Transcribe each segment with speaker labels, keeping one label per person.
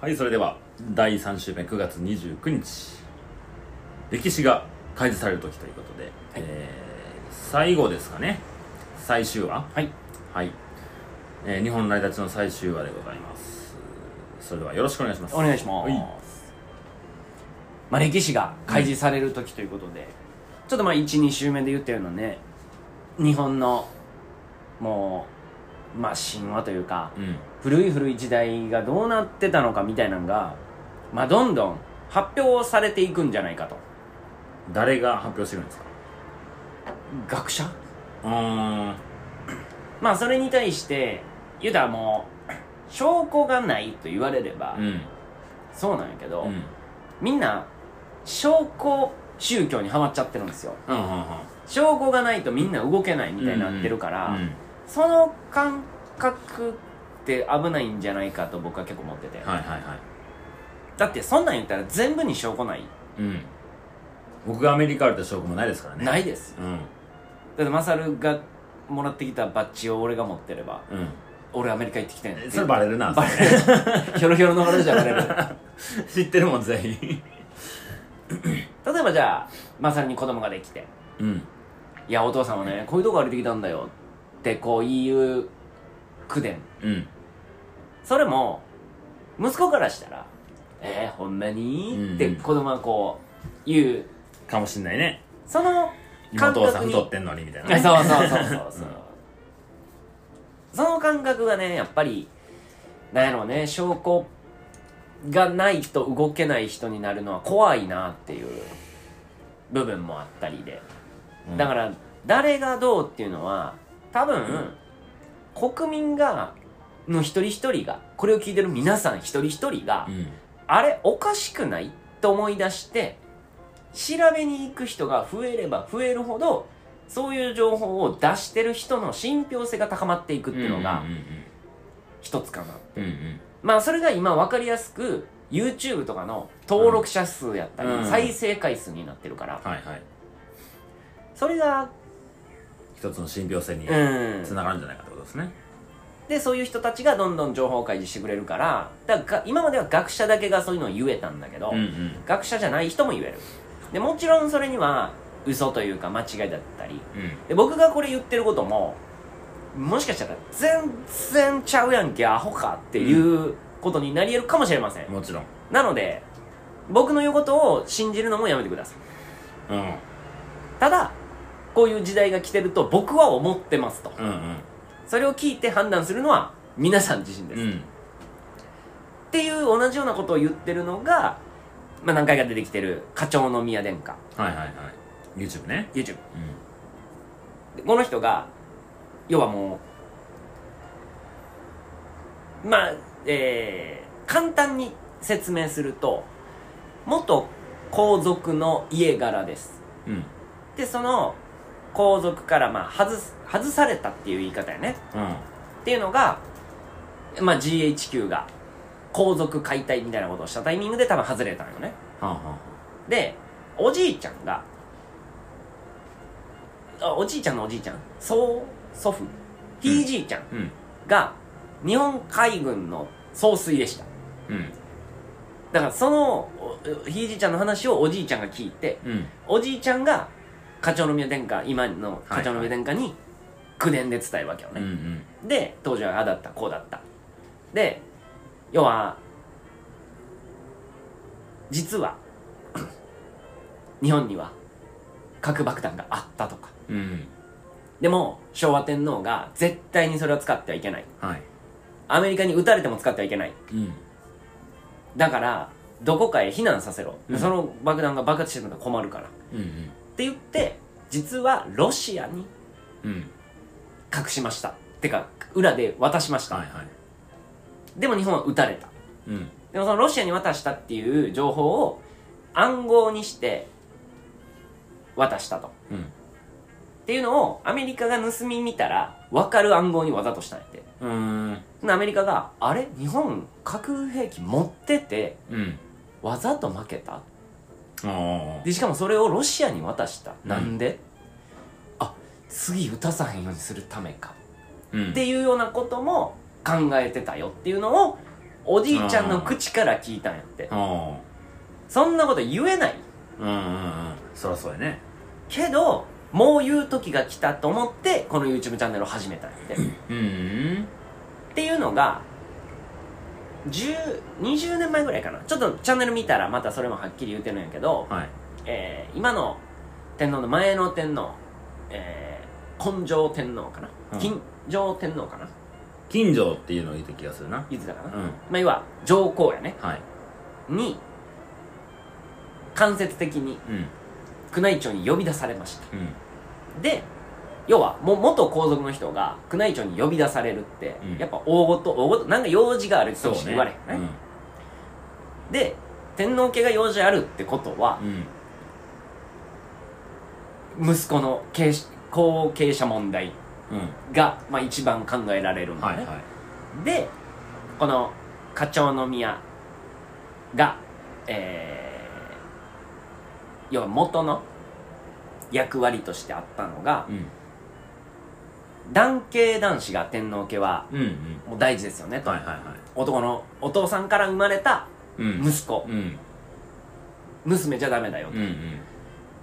Speaker 1: はいそれでは第3週目9月29日歴史が開示される時ということで、えー最後ですかね最終話
Speaker 2: はい
Speaker 1: はい、えー日本の成り立ちの最終話でございますそれではよろしくお願いします
Speaker 2: お願いします、
Speaker 1: はい
Speaker 2: まあ、歴史が開示される時ということで、ちょっとまあ12週目で言ったようなね日本のもうまあ神話というか、
Speaker 1: うん
Speaker 2: 古い古い時代がどうなってたのかみたいなのが、まあ、どんどん発表されていくんじゃないかと
Speaker 1: 誰が発表してるんですか
Speaker 2: 学者
Speaker 1: うーん
Speaker 2: まあそれに対してユダはもう証拠がないと言われれば、
Speaker 1: うん
Speaker 2: そうなんやけど、
Speaker 1: うん
Speaker 2: みんな証拠宗教にはまっちゃってるんですよ
Speaker 1: うんうん
Speaker 2: 証拠がないとみんな動けない
Speaker 1: うん
Speaker 2: みたいになってるから、
Speaker 1: うん
Speaker 2: その感覚って危ないんじゃないかと僕は結構思ってて、
Speaker 1: はいはいはい
Speaker 2: だってそんなん言ったら全部に証拠ない、
Speaker 1: うん僕がアメリカあるって証拠もないですからね
Speaker 2: ないですよ
Speaker 1: うん
Speaker 2: だってマサルがもらってきたバッジを俺が持ってれば
Speaker 1: うん
Speaker 2: 俺アメリカ行ってきてんって
Speaker 1: えそれバレるな
Speaker 2: バレる ひょろひょろの俺じゃバレる
Speaker 1: 知ってるもん全員
Speaker 2: 例えばじゃあマサルに子供ができて
Speaker 1: うん
Speaker 2: いやお父さんはねこういうとこ歩いてきたんだよってこう言う口伝
Speaker 1: うん
Speaker 2: それも息子からしたら「えー、ほんま
Speaker 1: うん
Speaker 2: に?」って子供がこう言う
Speaker 1: かもしんないね
Speaker 2: その
Speaker 1: 今お
Speaker 2: 感
Speaker 1: 父さ
Speaker 2: 覚
Speaker 1: ん
Speaker 2: に
Speaker 1: 太ってんのにみたいな
Speaker 2: あ
Speaker 1: ね
Speaker 2: そうそうそうそうそう、その感覚がねやっぱりなんやろうね証拠がないと動けない人になるのは怖いなっていう部分もあったりで、
Speaker 1: うん
Speaker 2: だから誰がどうっていうのは多分、国民がの一人一人がこれを聞いてる皆さん一人一人が、
Speaker 1: うん
Speaker 2: あれおかしくないと思い出して調べに行く人が増えれば増えるほどそういう情報を出してる人の信憑性が高まっていくっていうのが
Speaker 1: うん
Speaker 2: 一つかな、
Speaker 1: うんうん
Speaker 2: まあそれが今分かりやすく YouTube とかの登録者数やったり、
Speaker 1: うん
Speaker 2: 再生回数になってるから、
Speaker 1: はいはい
Speaker 2: それが
Speaker 1: 一つの信憑性に
Speaker 2: うん
Speaker 1: つながるんじゃないかってことですね
Speaker 2: でそういう人たちがどんどん情報を開示してくれるからだからが今までは学者だけがそういうのを言えたんだけど、
Speaker 1: うんうん
Speaker 2: 学者じゃない人も言えるでもちろんそれには嘘というか間違いだったり
Speaker 1: うん
Speaker 2: で僕がこれ言ってることももしかしたら全然ちゃうやんけアホかっていうことになり得るかもしれません、
Speaker 1: もちろん
Speaker 2: なので僕の言うことを信じるのもやめてください
Speaker 1: うんうん
Speaker 2: ただこういう時代が来てると僕は思ってますと
Speaker 1: うん
Speaker 2: それを聞いて判断するのは皆さん自身です、
Speaker 1: う
Speaker 2: っ
Speaker 1: ん
Speaker 2: ていう同じようなことを言ってるのが、まあ、何回か出てきてる課長の宮殿下
Speaker 1: はいはいはい YouTube ね
Speaker 2: YouTube
Speaker 1: う
Speaker 2: でこの人が要はもうまあえー簡単に説明すると元皇族の家柄です
Speaker 1: んうん
Speaker 2: でその皇族からまあ外す外されたっていう言い方やね
Speaker 1: うん
Speaker 2: っていうのが、まあ、GHQ が皇族解体みたいなことをしたタイミングで多分外れたんよね
Speaker 1: はんは
Speaker 2: でおじいちゃんがあおじいちゃんのおじいちゃん曽祖父ひいじいちゃん
Speaker 1: んうん
Speaker 2: が日本海軍の総帥でした
Speaker 1: うん
Speaker 2: だからそのおひいじいちゃんの話をおじいちゃんが聞いて
Speaker 1: うん
Speaker 2: おじいちゃんが課長の宮殿下今の課長の宮殿下に口伝で伝えるわけよ
Speaker 1: う
Speaker 2: ね、
Speaker 1: んうん
Speaker 2: で当時はああだったこうだったで要は実は 日本には核爆弾があったとか
Speaker 1: うん
Speaker 2: でも昭和天皇が絶対にそれは使ってはいけない
Speaker 1: はい
Speaker 2: アメリカに撃たれても使ってはいけない
Speaker 1: うん
Speaker 2: だからどこかへ避難させろ、
Speaker 1: うん
Speaker 2: その爆弾が爆発してるのが困るからっ
Speaker 1: うんうん
Speaker 2: て言って実はロシアに
Speaker 1: うん
Speaker 2: 隠しましたてか裏で渡しました、
Speaker 1: はいはい
Speaker 2: でも日本は撃たれた
Speaker 1: うん
Speaker 2: でもそのロシアに渡したっていう情報を暗号にして渡したと。っ
Speaker 1: うん
Speaker 2: ていうのをアメリカが盗み見たら分かる暗号にわざとしたんやって。
Speaker 1: うーん
Speaker 2: そのアメリカが、あれ日本核兵器持ってて
Speaker 1: うん
Speaker 2: わざと負けた
Speaker 1: ああ
Speaker 2: で、しかもそれをロシアに渡した。
Speaker 1: うん
Speaker 2: なんで、あ、次撃たさへんようにするためか。
Speaker 1: うん
Speaker 2: っていうようなことも考えてたよっていうのをおじいちゃんの口から聞いたんやって
Speaker 1: うん
Speaker 2: そんなこと言えない
Speaker 1: うんうんうんそりゃそうやね
Speaker 2: けどもう言う時が来たと思ってこの YouTube チャンネルを始めた んやってっ
Speaker 1: うん
Speaker 2: ていうのが10 20年前ぐらいかなちょっとチャンネル見たらまたそれもはっきり言うてるんやけど、
Speaker 1: はい
Speaker 2: えー今の天皇の前の天皇、えー、根性天皇かな、
Speaker 1: うん
Speaker 2: 金城天皇かな
Speaker 1: 近所っていうのを言った気がするな
Speaker 2: 言ってたかな、
Speaker 1: うん
Speaker 2: まあ要は上皇やね
Speaker 1: はい
Speaker 2: に間接的に
Speaker 1: うん
Speaker 2: 宮内庁に呼び出されました
Speaker 1: うん
Speaker 2: で要はもう元皇族の人が宮内庁に呼び出されるって、
Speaker 1: うん
Speaker 2: やっぱ大ごと大ごとなんか用事があるって
Speaker 1: そうね
Speaker 2: 言われへんねで天皇家が用事あるってことは
Speaker 1: う、んうん
Speaker 2: 息子の継し後継者問題
Speaker 1: うん
Speaker 2: が、まあ、一番考えられるんだ
Speaker 1: は
Speaker 2: ね、
Speaker 1: いはい
Speaker 2: でこの課長の宮がえー、要は元の役割としてあったのが
Speaker 1: うん
Speaker 2: 男系男子が天皇家は
Speaker 1: うんうん
Speaker 2: もう大事ですよねと、
Speaker 1: はいはいは
Speaker 2: 男のお父さんから生まれた
Speaker 1: いうん
Speaker 2: 息子
Speaker 1: う、ん
Speaker 2: 娘じゃダメだよ、
Speaker 1: うんう
Speaker 2: っ
Speaker 1: ん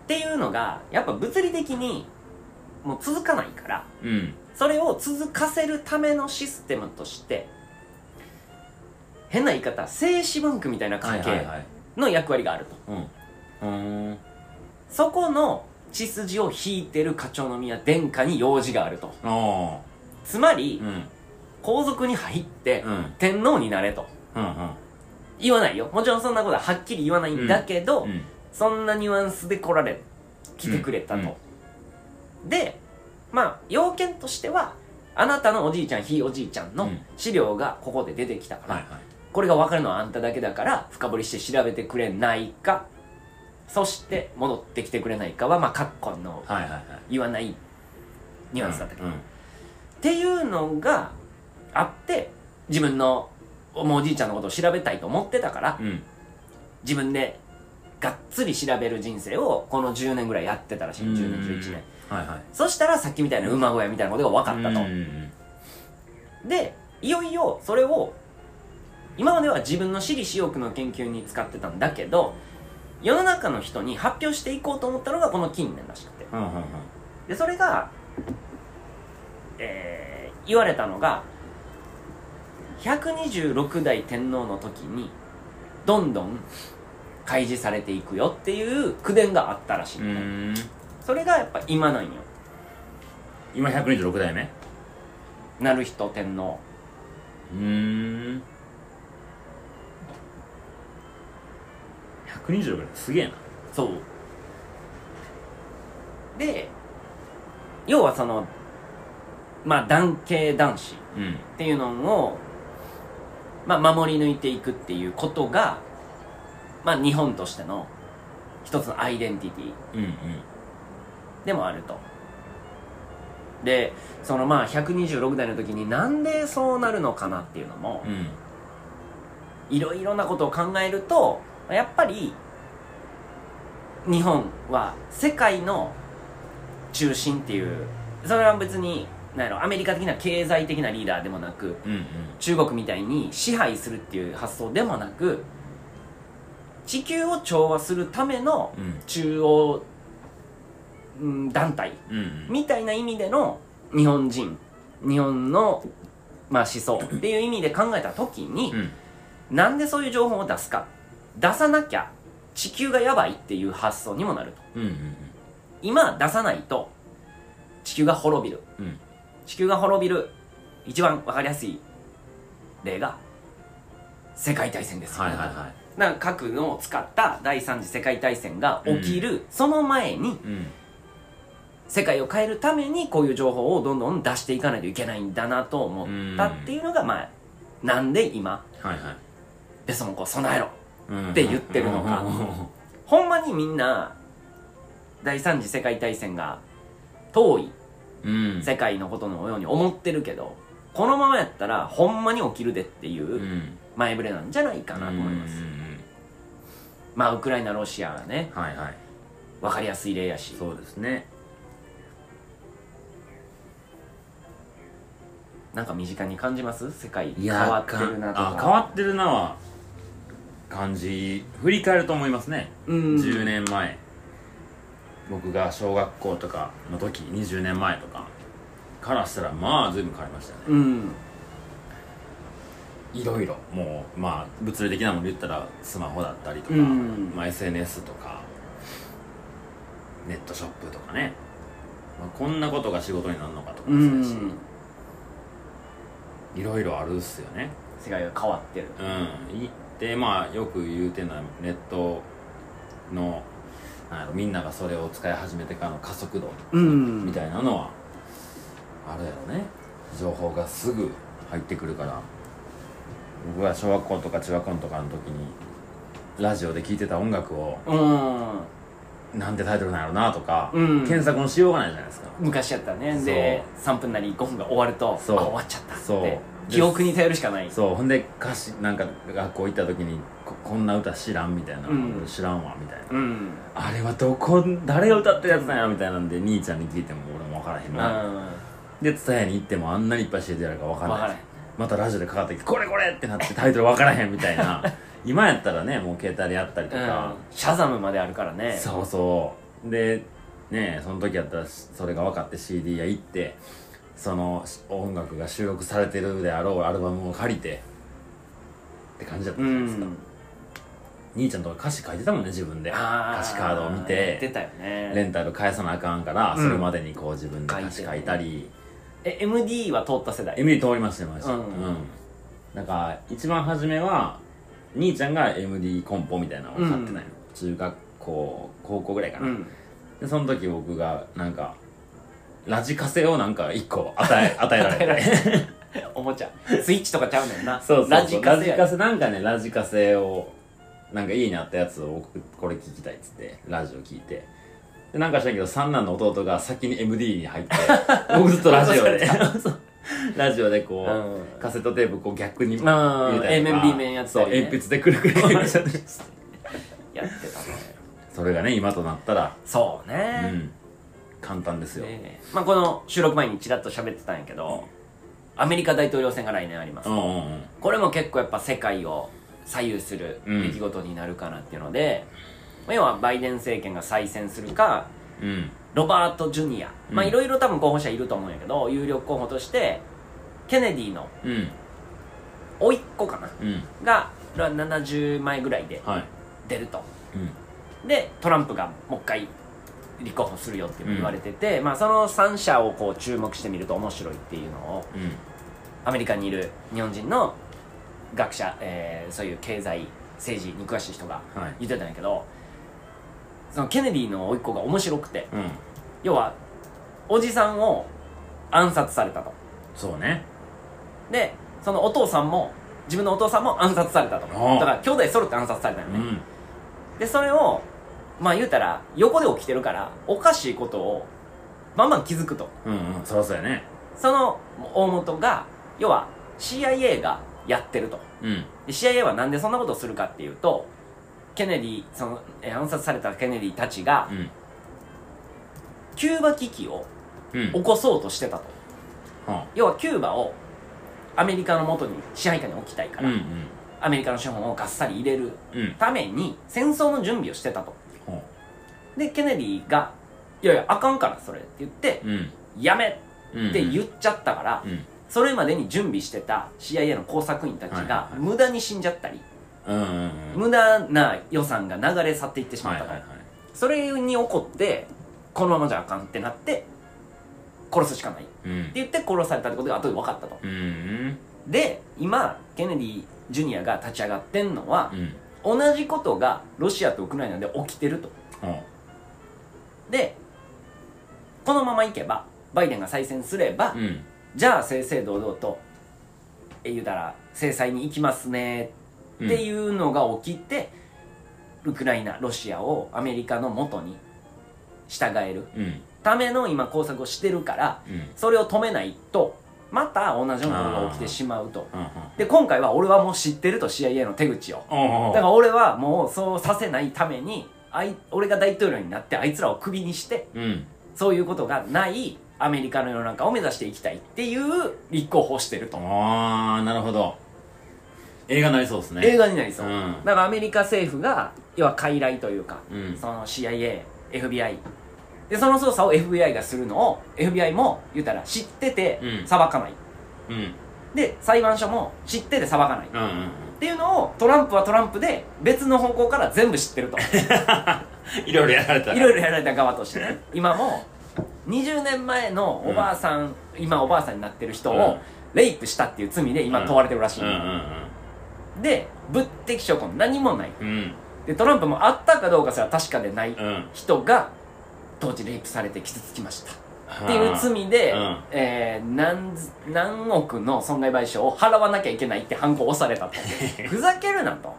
Speaker 2: ていうのがやっぱ物理的にもう続かないから
Speaker 1: うん
Speaker 2: それを続かせるためのシステムとして変な言い方精子文句みたいな
Speaker 1: はい
Speaker 2: 関
Speaker 1: はい
Speaker 2: 係
Speaker 1: はい
Speaker 2: の役割があると、
Speaker 1: うんうん
Speaker 2: そこの血筋を引いてる課長の宮殿下に用事があると
Speaker 1: ああ
Speaker 2: つま
Speaker 1: ー
Speaker 2: り、
Speaker 1: うん
Speaker 2: 皇族に入って、
Speaker 1: うん
Speaker 2: 天皇になれと
Speaker 1: うん
Speaker 2: 言わないよもちろんそんなことははっきり言わないんだけど、
Speaker 1: うんうん
Speaker 2: そんなニュアンスで来られ来てくれたと、でまあ要件としてはあなたのおじいちゃんひいおじいちゃん
Speaker 1: う
Speaker 2: の
Speaker 1: ん
Speaker 2: 資料がここで出てきたから、
Speaker 1: はいはい
Speaker 2: これが分かるのはあんただけだから深掘りして調べてくれないかそして戻ってきてくれないかはまあ括弧の
Speaker 1: はいはいはい
Speaker 2: 言わないニュアンスだったけど、
Speaker 1: うん
Speaker 2: っていうのがあって自分のもうおじいちゃんのことを調べたいと思ってたから
Speaker 1: うん
Speaker 2: 自分でがっつり調べる人生をこの10年ぐらいやってたらしい
Speaker 1: うん
Speaker 2: 10年11年
Speaker 1: はいはい
Speaker 2: そしたらさっきみたいな馬小屋みたいなことが分かった
Speaker 1: うん
Speaker 2: とでいよいよそれを今までは自分の私利私欲の研究に使ってたんだけど世の中の人に発表していこうと思ったのがこの近年らしくて
Speaker 1: うんうんうん
Speaker 2: でそれが、えー言われたのが126代天皇の時にどんどん開示されていくよっていう口伝があったらしい、
Speaker 1: うんうん
Speaker 2: それがやっぱ今なんよ
Speaker 1: 今126代目
Speaker 2: なる人天皇
Speaker 1: うん126代すげえな
Speaker 2: そうで要はそのまあ男系男子
Speaker 1: うん
Speaker 2: っていうのを、まあ、守り抜いていくっていうことが、まあ、日本としての一つのアイデンティティ
Speaker 1: うん
Speaker 2: でもあるとでそのまあ126代の時になんでそうなるのかなっていうのも
Speaker 1: うんうん
Speaker 2: いろいろなことを考えるとやっぱり日本は世界の中心っていうそれは別になんやろアメリカ的な経済的なリーダーでもなく
Speaker 1: うん
Speaker 2: 中国みたいに支配するっていう発想でもなく地球を調和するための
Speaker 1: うん
Speaker 2: 中央、うん、団体
Speaker 1: うんうん
Speaker 2: みたいな意味での日本人日本の、まあ、思想っていう意味で考えた時に
Speaker 1: う、ん
Speaker 2: なんでそういう情報を出すか出さなきゃ地球がやばいっていう発想にもなると
Speaker 1: うんうん
Speaker 2: 今出さないと地球が滅びる
Speaker 1: うんうん
Speaker 2: 地球が滅びる一番わかりやすい例が世界大戦ですよ
Speaker 1: は
Speaker 2: ね
Speaker 1: いはいは
Speaker 2: だから核のを使った第三次世界大戦が起きる、その前に
Speaker 1: いうん
Speaker 2: 世界を変えるためにこういう情報をどんどん出していかないといけないんだなと思ったっていうのが、まあなんで今
Speaker 1: はいはい
Speaker 2: ベソンコ備えろ
Speaker 1: うん
Speaker 2: って言ってるのか
Speaker 1: うんうん
Speaker 2: ほんまにみんな第三次世界大戦が遠い
Speaker 1: うん
Speaker 2: 世界のことのように思ってるけどこのままやったらほんまに起きるでっていううん前触れなんじゃないかなと思います、
Speaker 1: うんうん
Speaker 2: まあウクライナロシアがね
Speaker 1: うんはいはい
Speaker 2: 分かりやすい例やし
Speaker 1: そうですね
Speaker 2: なんか身近に感じます世
Speaker 1: い
Speaker 2: 界変
Speaker 1: や
Speaker 2: わってるなとか
Speaker 1: あ変わってるなは感じ振り返ると思いますね、
Speaker 2: うん
Speaker 1: 10年前僕が小学校とかの時20年前とかからしたらまあ随分変わりましたね
Speaker 2: うん
Speaker 1: いろいろもうまあ物理的なもので言ったらスマホだったりとか、
Speaker 2: うん
Speaker 1: まあ、SNS とかネットショップとかね、まあ、こんなことが仕事になるのかとか
Speaker 2: う
Speaker 1: もそうやし、
Speaker 2: ん
Speaker 1: いろいろあるっすよね
Speaker 2: 世界が変わってる
Speaker 1: うんいでまあよく言うてんのはネットのなんやろみんながそれを使い始めてからの加速度
Speaker 2: うん
Speaker 1: みたいなのはあれやろね情報がすぐ入ってくるから僕は小学校とか中学校とかの時にラジオで聴いてた音楽を
Speaker 2: うん
Speaker 1: なんてタイトルなんやろなとか、
Speaker 2: うん
Speaker 1: 検索のしようがないじゃないですか
Speaker 2: 昔やったらねで3分なり5分が終わるとあ
Speaker 1: そ
Speaker 2: 終
Speaker 1: う
Speaker 2: わっちゃった
Speaker 1: そう
Speaker 2: って
Speaker 1: です
Speaker 2: 記憶に頼るしかない
Speaker 1: そうほんで歌詞なんか学校行った時にここんな歌知らんみたいな、
Speaker 2: うん
Speaker 1: 知らんわみたいな
Speaker 2: うん
Speaker 1: あれはどこ誰が歌ってるやつなんやみたいなんで兄ちゃんに聞いても俺も分からへん
Speaker 2: うん
Speaker 1: な、
Speaker 2: わ
Speaker 1: で蔦屋に行ってもあんなにいっぱい教えてやるか分から
Speaker 2: か
Speaker 1: ない
Speaker 2: らへん
Speaker 1: またラジオでかかってきて「これこれ!」ってなってタイトル分からへんみたい な今やったらねもう携帯でやったりと
Speaker 2: うん
Speaker 1: か、
Speaker 2: シャザムまであるからね
Speaker 1: そうそうでねその時やったらしそれが分かって CD 屋行ってそのし音楽が収録されてるであろうアルバムを借りてって感じだった
Speaker 2: う
Speaker 1: じゃないですか、
Speaker 2: ん
Speaker 1: 兄ちゃんとか歌詞書いてたもんね自分で
Speaker 2: あ
Speaker 1: 歌詞カードを見て
Speaker 2: 出たよね
Speaker 1: レンタル返さなあかんから、
Speaker 2: うん
Speaker 1: それまでにこう自分で歌詞書いたり、
Speaker 2: え MD は通った世代
Speaker 1: MD 通りましたました
Speaker 2: う
Speaker 1: うんん、なんか一番初めは兄ちゃんが MD コンポみたいなのを買ってたんよ、中学校高校ぐらいかな、
Speaker 2: うん
Speaker 1: でその時僕がなんかラジカセをなんか一個与え 与えられて
Speaker 2: おもちゃスイッチとかちゃうねんな
Speaker 1: そうそうそう
Speaker 2: ラジカセや
Speaker 1: ラジカセなんかねラジカセをなんか家にあったやつを僕これ聞きたいっつってラジオ聞いてでなんかしたけど三男の弟が先に MD に入って僕ずっとラジオで そうラジオでこう、
Speaker 2: うん
Speaker 1: カセットテープこう逆に
Speaker 2: うん
Speaker 1: 入れたりとか
Speaker 2: A 面 B 面やったりね
Speaker 1: そう鉛筆でくるくるくるくる
Speaker 2: やってたね
Speaker 1: それがね今となったら
Speaker 2: そう
Speaker 1: う
Speaker 2: ね
Speaker 1: ん簡単ですよ、
Speaker 2: ねまあこの収録前にちらっと喋ってたんやけどアメリカ大統領選が来年あります
Speaker 1: うんうんうん
Speaker 2: これも結構やっぱ世界を左右する出来事になるかなっていうので、まあ要はバイデン政権が再選するか
Speaker 1: うん
Speaker 2: ロバート・ジュニアまあ
Speaker 1: うん
Speaker 2: いろいろ多分候補者いると思うんやけど有力候補としてケネディの
Speaker 1: うん
Speaker 2: 甥っ子かな
Speaker 1: うん
Speaker 2: が70枚ぐらいで
Speaker 1: はい
Speaker 2: 出ると
Speaker 1: うん
Speaker 2: でトランプがもう一回立候補するよっていうの言われてて、まあその3者をこう注目してみると面白いっていうのを
Speaker 1: うん
Speaker 2: アメリカにいる日本人の学者、えーそういう経済政治に詳しい人が
Speaker 1: はい
Speaker 2: 言ってたんやけどそのケネディの甥っ子が面白くて
Speaker 1: うん
Speaker 2: 要はおじさんを暗殺されたと
Speaker 1: そうね
Speaker 2: でそのお父さんも自分のお父さんも暗殺されたとだ
Speaker 1: ああ
Speaker 2: から兄弟揃って暗殺されたよ
Speaker 1: う
Speaker 2: ね、
Speaker 1: ん
Speaker 2: でそれをまあ言うたら横で起きてるからおかしいことをバンバン気づくと
Speaker 1: うんうんそらそうやね
Speaker 2: その大元が要は CIA がやってると
Speaker 1: うん
Speaker 2: で CIA はなんでそんなことをするかっていうとケネディそのえー暗殺されたケネディたちが
Speaker 1: うん
Speaker 2: キューバ危機を
Speaker 1: うん
Speaker 2: 起こそうとしてたと
Speaker 1: は
Speaker 2: 要はキューバをアメリカの元に支配下に置きたいか
Speaker 1: あうん
Speaker 2: ら、
Speaker 1: うん
Speaker 2: アメリカの資本をがっさり入れる
Speaker 1: うん
Speaker 2: ために戦争の準備をしてたと
Speaker 1: ほ
Speaker 2: でケネディが「いやいやあかんからそれ」って言って
Speaker 1: ううん
Speaker 2: 「やめ!」
Speaker 1: うん
Speaker 2: って言っちゃったから、
Speaker 1: うん
Speaker 2: それまでに準備してた CIA の工作員たちが
Speaker 1: はいはい
Speaker 2: 無駄に死んじゃったり、
Speaker 1: うんうんうん
Speaker 2: 無駄な予算が流れ去っていってしま
Speaker 1: は
Speaker 2: っ
Speaker 1: い
Speaker 2: た
Speaker 1: は
Speaker 2: か
Speaker 1: い
Speaker 2: ら、
Speaker 1: はい
Speaker 2: それに怒ってこのままじゃあかんってなって殺すしかないって
Speaker 1: うん
Speaker 2: 言って殺されたってことが後で分かったと
Speaker 1: うんうん
Speaker 2: で今ケネディ・ジュニアが立ち上がってんのは
Speaker 1: う、ん
Speaker 2: 同じことがロシアとウクライナで起きてると
Speaker 1: ほ
Speaker 2: でこのままいけばバイデンが再選すれば、
Speaker 1: ううん
Speaker 2: じゃあ正々堂々とえ言うたら制裁に行きますね
Speaker 1: う
Speaker 2: っ
Speaker 1: ん
Speaker 2: ていうのが起きて、ウクライナロシアをアメリカの元に従える
Speaker 1: うん
Speaker 2: ための今工作をしてるから
Speaker 1: うん
Speaker 2: それを止めないとまた同じようなことが起きてしまうと
Speaker 1: うんうん
Speaker 2: で今回は俺はもう知ってると CIA の手口を
Speaker 1: おうおう
Speaker 2: だから俺はもうそうさせないためにあい俺が大統領になってあいつらをクビにして
Speaker 1: うん
Speaker 2: そういうことがないアメリカの世の中を目指していきたいっていう立候補をしてると思う
Speaker 1: あーなるほど映画になりそうですね
Speaker 2: 映画になりそう、
Speaker 1: うん
Speaker 2: だからアメリカ政府が要は傀儡というか、
Speaker 1: うん
Speaker 2: その CIAFBI でその捜査を FBI がするのを FBI も言ったら知ってて
Speaker 1: うん
Speaker 2: 裁かない、
Speaker 1: うんうん
Speaker 2: で裁判所も知ってて裁かない、っ
Speaker 1: うんうん
Speaker 2: ていうのをトランプはトランプで別の方向から全部知ってると
Speaker 1: いろいろやられたら
Speaker 2: いろいろやられた側としてね今も20年前のおばあさん、今おばあさんになってる人
Speaker 1: う
Speaker 2: を
Speaker 1: ん
Speaker 2: レイプしたっていう罪で今問われてるらしい
Speaker 1: うん
Speaker 2: の、
Speaker 1: うん
Speaker 2: で物的証拠何もない
Speaker 1: うんうん
Speaker 2: でトランプもあったかどうかすら確かでない
Speaker 1: うん
Speaker 2: 人が当時レイプされて傷つきました
Speaker 1: っ
Speaker 2: っていう罪で、
Speaker 1: うん
Speaker 2: えー何ず何億の損害賠償を払わなきゃいけないって犯行をされたと ふざけるなと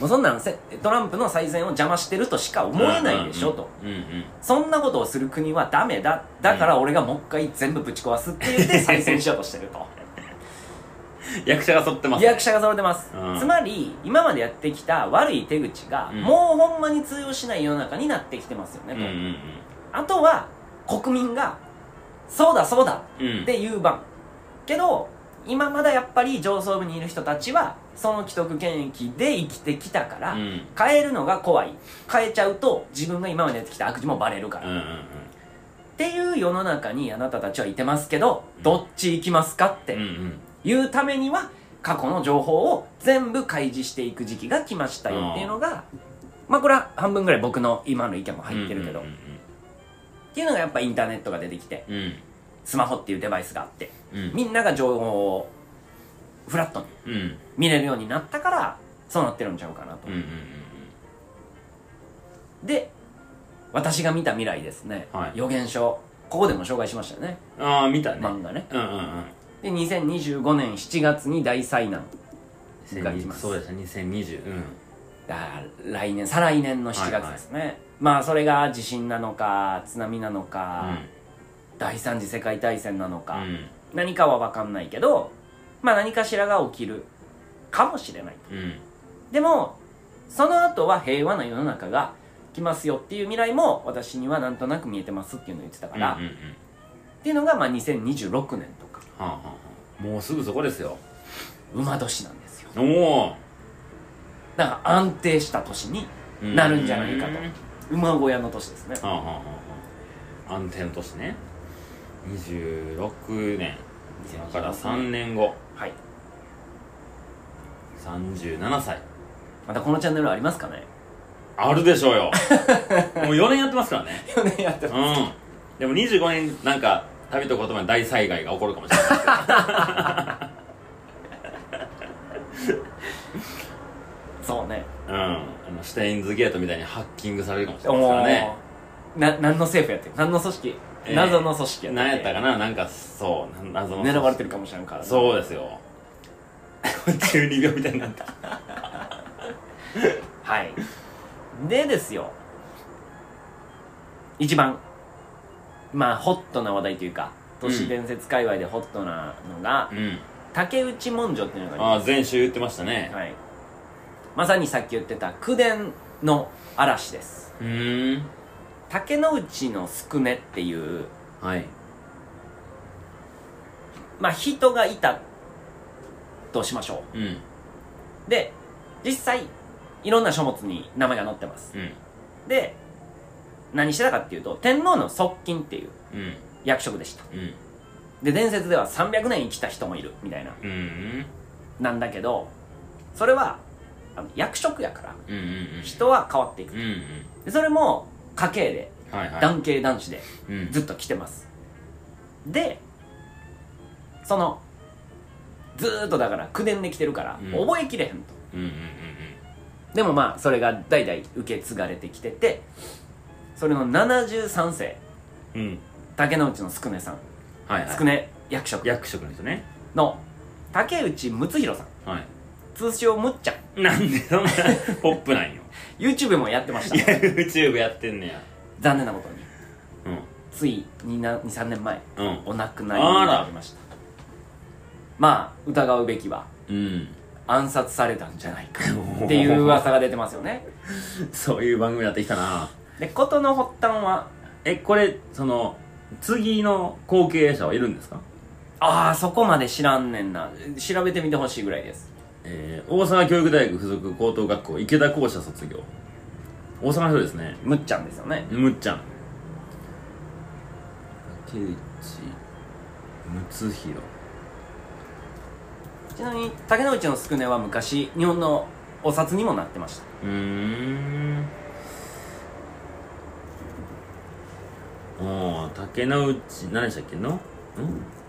Speaker 2: もうそんなんせトランプの再選を邪魔してるとしか思えないでしょと、
Speaker 1: うんうんうん
Speaker 2: そんなことをする国はダメだだから俺がもう一回全部ぶち壊すって 言って再選しようとしてると
Speaker 1: 役者が沿ってます
Speaker 2: 役者が揃ってます、
Speaker 1: うん
Speaker 2: つまり今までやってきた悪い手口が、
Speaker 1: うん
Speaker 2: もうほんまに通用しない世の中になってきてますよね
Speaker 1: うん
Speaker 2: と、
Speaker 1: うん
Speaker 2: あとは国民が「そうだそうだ」
Speaker 1: うんうん
Speaker 2: って言う番、けど今まだやっぱり上層部にいる人たちはその既得権益で生きてきたから、
Speaker 1: うんうん
Speaker 2: 変えるのが怖い変えちゃうと自分が今までやってきた悪事もバレるから、
Speaker 1: う
Speaker 2: っ
Speaker 1: んうん
Speaker 2: ていう世の中にあなたたちはいてますけど、
Speaker 1: うん
Speaker 2: どっち行きますかっ
Speaker 1: うんう
Speaker 2: て
Speaker 1: ん
Speaker 2: いうためには過去の情報を全部開示していく時期が来ました
Speaker 1: うん
Speaker 2: よっていうのが、まあこれは半分ぐらい僕の今の意見も入ってるけど、
Speaker 1: うんうん
Speaker 2: っていうのがやっぱインターネットが出てきて
Speaker 1: うんうん
Speaker 2: スマホっていうデバイスがあって
Speaker 1: うん
Speaker 2: みんなが情報をフラットに
Speaker 1: うんうん
Speaker 2: 見れるようになったからそうなってるんちゃうかなと、
Speaker 1: うんうん
Speaker 2: で私が見た未来ですね、
Speaker 1: はい
Speaker 2: 予言書ここでも紹介しましたよね
Speaker 1: うんああ見たね
Speaker 2: 漫画ね
Speaker 1: うんうんうん
Speaker 2: で2025年7月に大災難が来
Speaker 1: 2020
Speaker 2: ます
Speaker 1: そうですね2020うん
Speaker 2: だから来年再来年の7月ですね、まあそれが地震なのか津波なのか、第三次世界大戦なの
Speaker 1: う
Speaker 2: か、
Speaker 1: ん
Speaker 2: 何かは分かんないけどまあ何かしらが起きるかもしれない
Speaker 1: うん
Speaker 2: でもその後は平和な世の中が来ますよっていう未来も私にはなんとなく見えてますっていうのを言ってたから、
Speaker 1: うんうんうん
Speaker 2: っていうのがまあ2026年とか
Speaker 1: はあはあはあもうすぐそこですよ
Speaker 2: 馬年なんですよ
Speaker 1: おお
Speaker 2: だから安定した年になるんじゃないかと馬小屋の年ですね
Speaker 1: はあはあはあ安定の年ね26年だから3年後
Speaker 2: はい
Speaker 1: 37歳
Speaker 2: またこのチャンネルありますかね
Speaker 1: あるでしょう よもう4年やってますからね
Speaker 2: 去年やって
Speaker 1: うんでも25年なんか旅と言葉に大災害が起こるかもしれないです
Speaker 2: そうね
Speaker 1: けどうんあのシュテインズゲートみたいにハッキングされるかもしれないですか
Speaker 2: も
Speaker 1: ら
Speaker 2: う
Speaker 1: ね
Speaker 2: な何の政府やってる何の組織、
Speaker 1: えー
Speaker 2: 謎の組織や
Speaker 1: 何やった
Speaker 2: か
Speaker 1: かななんかそうな謎の
Speaker 2: 狙われてるかもしれんからね、
Speaker 1: そうです よ12秒みたいになった
Speaker 2: はいでですよ一番まあホットな話題というか都市伝説界隈でホットなのが、
Speaker 1: うん
Speaker 2: 竹内文書っていうのがあ
Speaker 1: ああ前週言ってましたね
Speaker 2: ります、はい、まさにさっき言ってた口伝の嵐です
Speaker 1: うーん
Speaker 2: 竹之内の宿根っていう
Speaker 1: はい
Speaker 2: まあ人がいたとしましょ
Speaker 1: うんうん
Speaker 2: うで実際いろんな書物に名前が載ってますで何してたかっていうと天皇の側近っていう
Speaker 1: うん
Speaker 2: 役職でした
Speaker 1: うん
Speaker 2: で伝説では300年生きた人もいるみたいな
Speaker 1: うんうん
Speaker 2: なんだけどそれはあの役職やから
Speaker 1: うんうんうん
Speaker 2: 人は変わっていく
Speaker 1: うんうん
Speaker 2: でそれも家系で
Speaker 1: はいはい
Speaker 2: 男系男子で
Speaker 1: うん
Speaker 2: ずっと来てますでそのずーっとだから口伝で来てるから
Speaker 1: うん
Speaker 2: 覚えきれへんと、
Speaker 1: うんうんうん
Speaker 2: でもまあそれが代々受け継がれてきててそれの73世
Speaker 1: うんうん
Speaker 2: 竹之内の宿根さん
Speaker 1: はいはい
Speaker 2: 宿根役職
Speaker 1: 役職の人ね
Speaker 2: の竹内睦弘さん
Speaker 1: はい
Speaker 2: 通称むっちゃん
Speaker 1: なんでそんなポップなんよ
Speaker 2: YouTube もやってました
Speaker 1: いや YouTube やってんねや
Speaker 2: 残念なことに
Speaker 1: う
Speaker 2: つい23年前
Speaker 1: んうん
Speaker 2: お亡くなりになりましたまあ疑うべきは
Speaker 1: うん
Speaker 2: 暗殺されたんじゃない かっていう噂が出てますよね
Speaker 1: そういう番組やってきたな
Speaker 2: で事の発端は
Speaker 1: えこれその次の後継者はいるんですか
Speaker 2: ああそこまで知らんねんな調べてみてほしいぐらいです
Speaker 1: えー、大阪教育大学附属高等学校池田校舎卒業大阪の人ですね
Speaker 2: むっちゃんですよね
Speaker 1: むっちゃん竹内睦弘
Speaker 2: ちなみに竹之内の宿根は昔日本のお札にもなってました
Speaker 1: うーんおー竹之内何でしたっけのん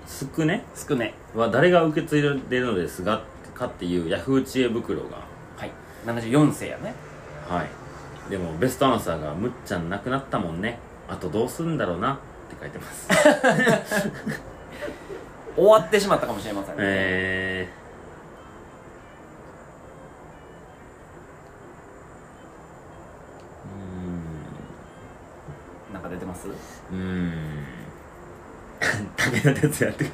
Speaker 1: すくね
Speaker 2: 宿根
Speaker 1: は誰が受け継いでるのですがかっていうヤフー知恵袋が
Speaker 2: はい74世やね
Speaker 1: はいでもベストアンサーが「むっちゃん亡くなったもんねあとどうすんだろうな」って書いてます
Speaker 2: 終わってしまったかもしれませんね、
Speaker 1: え
Speaker 2: なんか出てます
Speaker 1: ーうーん武田鉄矢って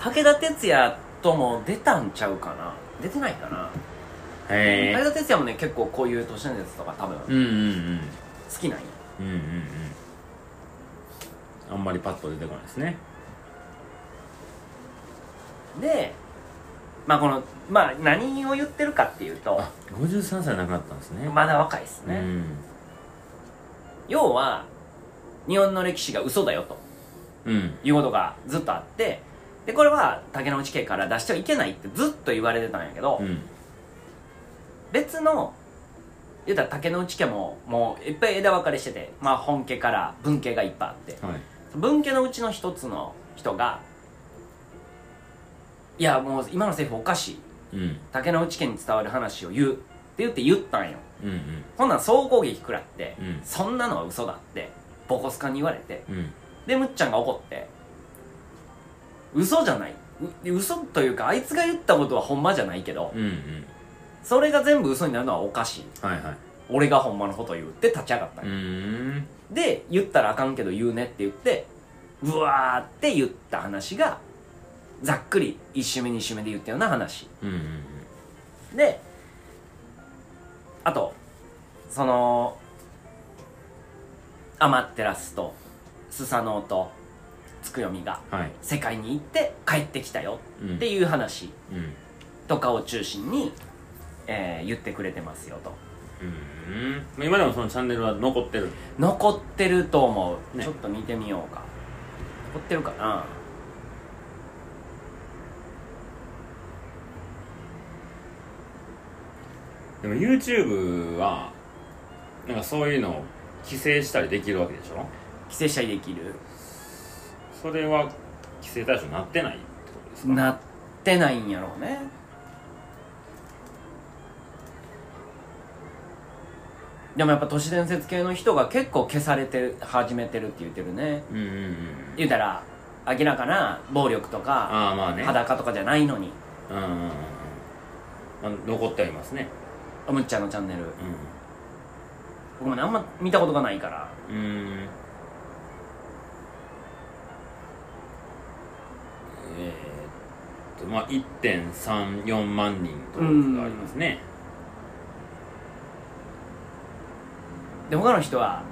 Speaker 2: 武田鉄矢とも出たんちゃうかな出てないかな、
Speaker 1: へ
Speaker 2: 武
Speaker 1: え
Speaker 2: 田鉄矢もね結構こういう年のやつとか多分好
Speaker 1: うんうんうん
Speaker 2: きなんや
Speaker 1: うんうんうんあんまりパッと出てこないですね
Speaker 2: でまあこのまあ何を言ってるかっていうと
Speaker 1: あ53歳亡くなったんですね
Speaker 2: まだ若いですね、要は日本の歴史が嘘だよと
Speaker 1: うんうん
Speaker 2: いうことがずっとあってでこれは竹之内家から出してはいけないってずっと言われてたんやけど、
Speaker 1: うん
Speaker 2: 別の言うたら竹之内家ももういっぱい枝分かれしてて、まあ、本家から文家がいっぱいあって
Speaker 1: はい
Speaker 2: 文家のうちの一つの人が「いやもう今の政府おかしい
Speaker 1: うん
Speaker 2: 竹之内家に伝わる話を言う」って言って言ったんよ
Speaker 1: うん
Speaker 2: ほんなん総攻撃食らって、
Speaker 1: うん
Speaker 2: そんなのは嘘だってボコスカに言われて
Speaker 1: うんうん
Speaker 2: でむっちゃんが怒って嘘じゃないう嘘というかあいつが言ったことはほんまじゃないけど
Speaker 1: うんうん
Speaker 2: それが全部嘘になるのはおかしい
Speaker 1: はいはい
Speaker 2: 俺がほんまのこと言うって立ち上がったん
Speaker 1: う
Speaker 2: よ、
Speaker 1: ーん
Speaker 2: で言ったらあかんけど言うねって言ってうわーって言った話がざっくり1週目2週目で言ったような話
Speaker 1: うんうん
Speaker 2: であとそのアマテラスとスサノオとツクヨミが
Speaker 1: うんはい
Speaker 2: 世界に行って帰ってきたよ
Speaker 1: うん
Speaker 2: っていう話
Speaker 1: うん
Speaker 2: とかを中心に、えー言ってくれてますよと
Speaker 1: うんまあ今でもそのチャンネルは残ってる
Speaker 2: 残ってると思う、
Speaker 1: ね
Speaker 2: ちょっと見てみようか残ってるかな
Speaker 1: でも YouTube はなんかそういうのを規制したりできるわけでしょ
Speaker 2: 規制したりできる
Speaker 1: それは規制対象になってないってことですか
Speaker 2: なってないんやろうねでもやっぱ都市伝説系の人が結構消されてる始めてるって言ってるね
Speaker 1: うんうんうん
Speaker 2: 言うたら明らかな暴力とか
Speaker 1: ああまあね
Speaker 2: 裸とかじゃないのに
Speaker 1: うんうんうんうんまあ残ってはいますね
Speaker 2: むっちゃんのチャンネル
Speaker 1: う
Speaker 2: 僕もねあんま見たことがないから
Speaker 1: んうんえーっとまあ1.34万人とかがありますね
Speaker 2: で他の人は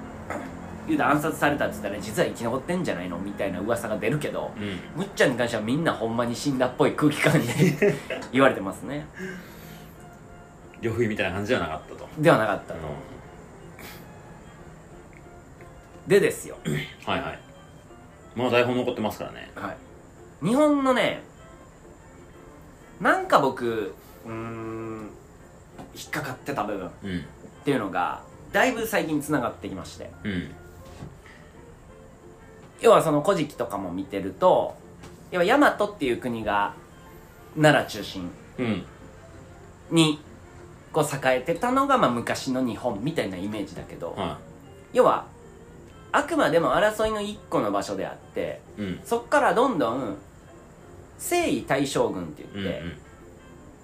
Speaker 2: 言うたら暗殺されたって言ったら実は生き残ってんじゃないのみたいな噂が出るけど
Speaker 1: うん
Speaker 2: むっちゃんに関してはみんなほんまに死んだっぽい空気感で 言われてますね
Speaker 1: 呂布みたいな感じじゃなかったと
Speaker 2: ではなかった
Speaker 1: あ
Speaker 2: の
Speaker 1: の
Speaker 2: でですよ、
Speaker 1: はいはいまあ台本残ってますからね
Speaker 2: はい、日本のねなんか僕うーん引っかかってた部分っ
Speaker 1: うん
Speaker 2: ていうのがだいぶ最近つながってきまして
Speaker 1: うん
Speaker 2: 要はその「古事記」とかも見てると要は大和っていう国が奈良中心
Speaker 1: うん
Speaker 2: にこう栄えてたのがまあ昔の日本みたいなイメージだけど、
Speaker 1: は
Speaker 2: 要はあくまでも争いの一個の場所であって
Speaker 1: いうん
Speaker 2: そっからどんどん征夷大将軍って
Speaker 1: う
Speaker 2: 言
Speaker 1: ん
Speaker 2: っ
Speaker 1: う
Speaker 2: て、
Speaker 1: ん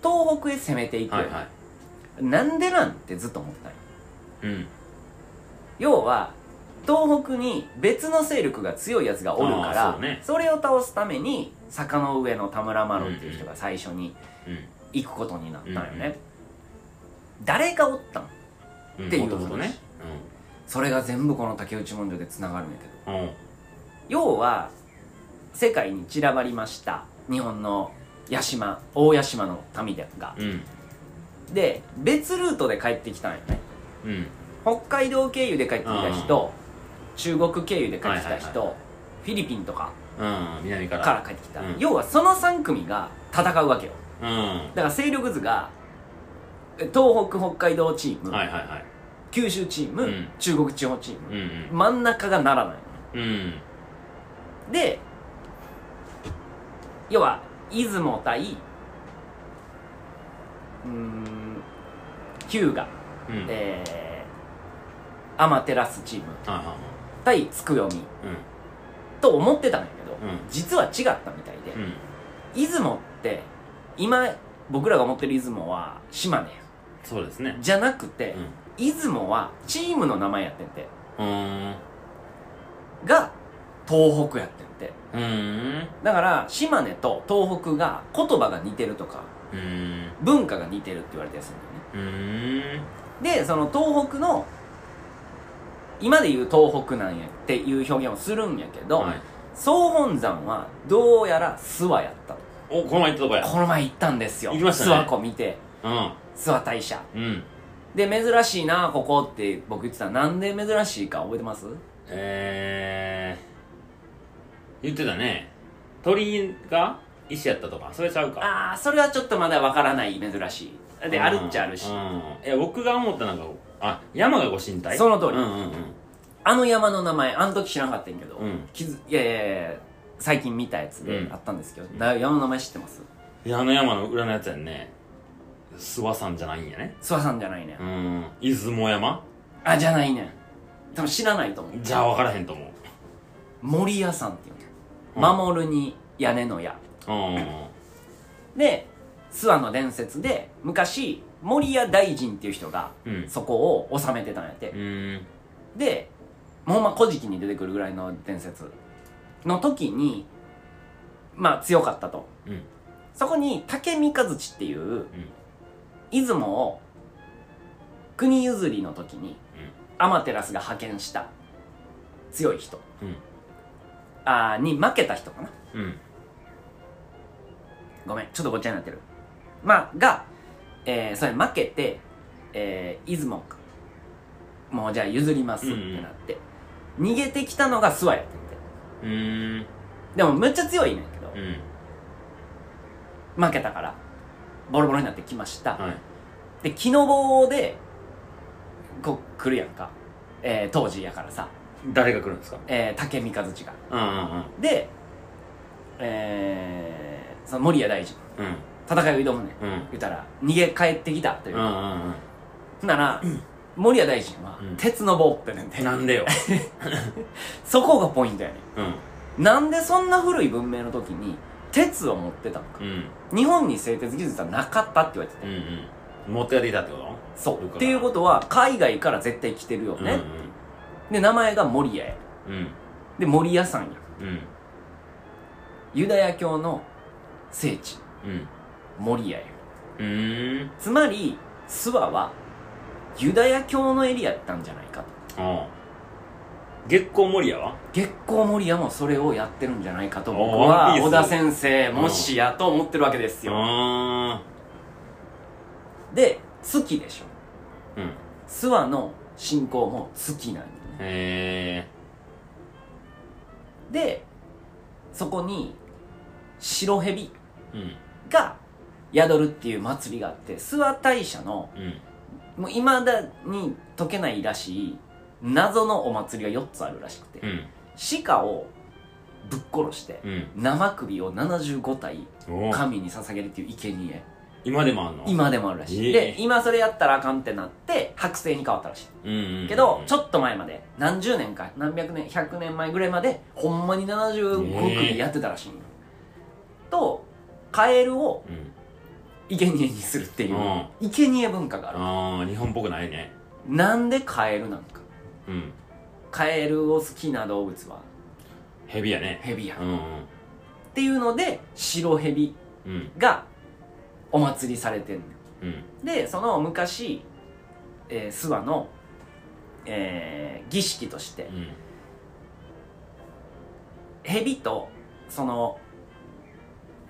Speaker 2: 東北へ攻めていく、
Speaker 1: はいはい
Speaker 2: なんでなんてずっと思ったんよ
Speaker 1: うん
Speaker 2: 要は東北に別の勢力が強いやつがおるか
Speaker 1: あー
Speaker 2: ら
Speaker 1: そうね
Speaker 2: れを倒すために坂の上の田村麻呂っていう人が最初に
Speaker 1: う
Speaker 2: 行くことになったんよね、
Speaker 1: うんうん
Speaker 2: 誰がおったん
Speaker 1: ん
Speaker 2: っていう
Speaker 1: もともとね
Speaker 2: それが全部この竹内文書でつながるんやけど
Speaker 1: うんうん
Speaker 2: 要は世界に散らばりました日本の屋島大屋島の民が
Speaker 1: うん
Speaker 2: で別ルートで帰ってきたんよね
Speaker 1: うん
Speaker 2: 北海道経由で帰ってきた人中国経由で帰ってき
Speaker 1: はい
Speaker 2: た
Speaker 1: はい
Speaker 2: 人、フィリピンとか
Speaker 1: うん南から
Speaker 2: から帰ってきた、
Speaker 1: うん
Speaker 2: 要はその3組が戦うわけよ
Speaker 1: うん
Speaker 2: だから勢力図がえ東北北海道チーム、
Speaker 1: はいはいはい
Speaker 2: 九州チーム、
Speaker 1: うん
Speaker 2: 中国地方チーム、
Speaker 1: うん
Speaker 2: 真ん中がならない
Speaker 1: うんうん
Speaker 2: で要は出雲対うーん日向
Speaker 1: うんはい
Speaker 2: えー、アマテラスチーム
Speaker 1: は
Speaker 2: 対つくよみ
Speaker 1: いうん
Speaker 2: と思ってたんだけど、
Speaker 1: うん
Speaker 2: 実は違ったみたいで、
Speaker 1: うん
Speaker 2: 出雲って今僕らが思ってる出雲は島根や
Speaker 1: そうですね
Speaker 2: じゃなくて、
Speaker 1: うん
Speaker 2: 出雲はチームの名前やってんて
Speaker 1: うーん
Speaker 2: が東北やってんて
Speaker 1: うーん
Speaker 2: だから島根と東北が言葉が似てるとか
Speaker 1: うーん
Speaker 2: 文化が似てるって言われたりするんだよね
Speaker 1: うーん
Speaker 2: でその東北の今で言う東北なんやっていう表現をするんやけど、
Speaker 1: はい
Speaker 2: 総本山はどうやら諏訪やったと
Speaker 1: おこの前行ったとこや
Speaker 2: この前行ったんですよ
Speaker 1: 行きましたね
Speaker 2: 諏訪湖見て諏訪大社
Speaker 1: うんうん
Speaker 2: で珍しいなここって僕言ってたなんで珍しいか覚えてます
Speaker 1: えー、言ってたね鳥が石やったとかそれちゃうか
Speaker 2: ああそれはちょっとまだわからない珍しいで
Speaker 1: うん
Speaker 2: あるっちゃあるし
Speaker 1: うんいや僕が思ったなんかあ山がご神体
Speaker 2: その通り
Speaker 1: うんうん
Speaker 2: あの山の名前あの時知らなかったんやけど、
Speaker 1: うんうん
Speaker 2: 気づいやいやいや最近見たやつで
Speaker 1: うん
Speaker 2: あったんですけど、だ山の名前知ってます
Speaker 1: いやあの山の裏のやつやんね諏訪山じゃないんやね
Speaker 2: 諏訪さんじゃないねん
Speaker 1: うん出雲山
Speaker 2: あじゃないねん多分知らないと思う
Speaker 1: じゃあ分からへんと思う
Speaker 2: 森屋さんっていう
Speaker 1: うん
Speaker 2: の、守るに屋根の屋
Speaker 1: うん
Speaker 2: で諏訪の伝説で昔守屋大臣っていう人が
Speaker 1: うん
Speaker 2: そこを治めてたんやって
Speaker 1: う、ん
Speaker 2: でもうほんま古事記に出てくるぐらいの伝説の時にまあ強かったと
Speaker 1: うん
Speaker 2: そこに竹三日槌っていう、出雲を国譲りの時にアマテラスが派遣した強い人、
Speaker 1: うん
Speaker 2: あーに負けた人かな
Speaker 1: うんうん
Speaker 2: ごめんちょっとごっちゃになってるまあが、えーそれ負けて、えー、出雲かもうじゃあ譲りますってなって、逃げてきたのが諏訪やってんて
Speaker 1: うん
Speaker 2: でもむっちゃ強いねんけど、
Speaker 1: うん
Speaker 2: 負けたからボロボロになってきました、
Speaker 1: はい
Speaker 2: で木の棒でこう来るやんか、えー当時やからさ、
Speaker 1: 誰が来るんですか
Speaker 2: えー竹三日槌が
Speaker 1: うんうん
Speaker 2: で、えーその守屋大臣
Speaker 1: うん
Speaker 2: 戦いを挑むねん
Speaker 1: うんうん
Speaker 2: 言ったら逃げ帰ってきたという
Speaker 1: うん
Speaker 2: ほ、
Speaker 1: うんうん
Speaker 2: ん、なら、守屋大臣は、
Speaker 1: うん
Speaker 2: 鉄の棒ってねんて
Speaker 1: なんでよ。
Speaker 2: そこがポイントやね
Speaker 1: うん。
Speaker 2: んなんでそんな古い文明の時に鉄を持ってたのか
Speaker 1: うん。
Speaker 2: 日本に製鉄技術はなかったって言われて
Speaker 1: う
Speaker 2: て、
Speaker 1: んうん。持ってが出たってこと
Speaker 2: そ
Speaker 1: そう
Speaker 2: う
Speaker 1: か
Speaker 2: っていうことは海外から絶対来てるよね、で名前が守屋や
Speaker 1: うんうん。
Speaker 2: で守屋さんや
Speaker 1: うん。うん。
Speaker 2: ユダヤ教の聖地
Speaker 1: うん。
Speaker 2: 守屋や
Speaker 1: うーん。
Speaker 2: つまり諏訪はユダヤ教のエリアだったんじゃないかと
Speaker 1: ああ。月光守屋は
Speaker 2: 月光守屋もそれをやってるんじゃないかと僕
Speaker 1: おーワン
Speaker 2: は
Speaker 1: ピース
Speaker 2: 小田先生もしやと思ってるわけですよ、
Speaker 1: あ
Speaker 2: で月でしょ
Speaker 1: あ。うん。
Speaker 2: 諏訪の信仰も月なんよね
Speaker 1: へえ。
Speaker 2: でそこに白蛇
Speaker 1: うん。
Speaker 2: が宿るっていう祭りがあって諏訪大社の
Speaker 1: うん。
Speaker 2: もう未だに解けないらしい謎のお祭りが4つあるらしくて、
Speaker 1: うん。
Speaker 2: 鹿をぶっ殺して
Speaker 1: うん。
Speaker 2: 生首を75体
Speaker 1: おお。
Speaker 2: 神に捧げるっていう生贄
Speaker 1: 今でもあんの。
Speaker 2: 今でもあるらしい、
Speaker 1: ええ
Speaker 2: で今それやったらあかんってなって剥製に変わったらし
Speaker 1: うんうんうん。
Speaker 2: いけど、ちょっと前まで何十年か何百年100年前ぐらいまでほんまに75
Speaker 1: ええ
Speaker 2: 組やってたらしいんよ、とカエルを
Speaker 1: うん。
Speaker 2: 生贄にするっていう
Speaker 1: うん
Speaker 2: 生贄文化がある
Speaker 1: ああ、日本っぽくないね。
Speaker 2: なんでカエルなんか
Speaker 1: うん。
Speaker 2: カエルを好きな動物は
Speaker 1: 蛇やね。
Speaker 2: ヘビやん、
Speaker 1: う
Speaker 2: っ
Speaker 1: んうん。
Speaker 2: ていうので白ヘビ
Speaker 1: うん。
Speaker 2: がお祭りされてんねん
Speaker 1: うん。
Speaker 2: でその昔、えー諏訪の、えー儀式として
Speaker 1: うん。
Speaker 2: 蛇とその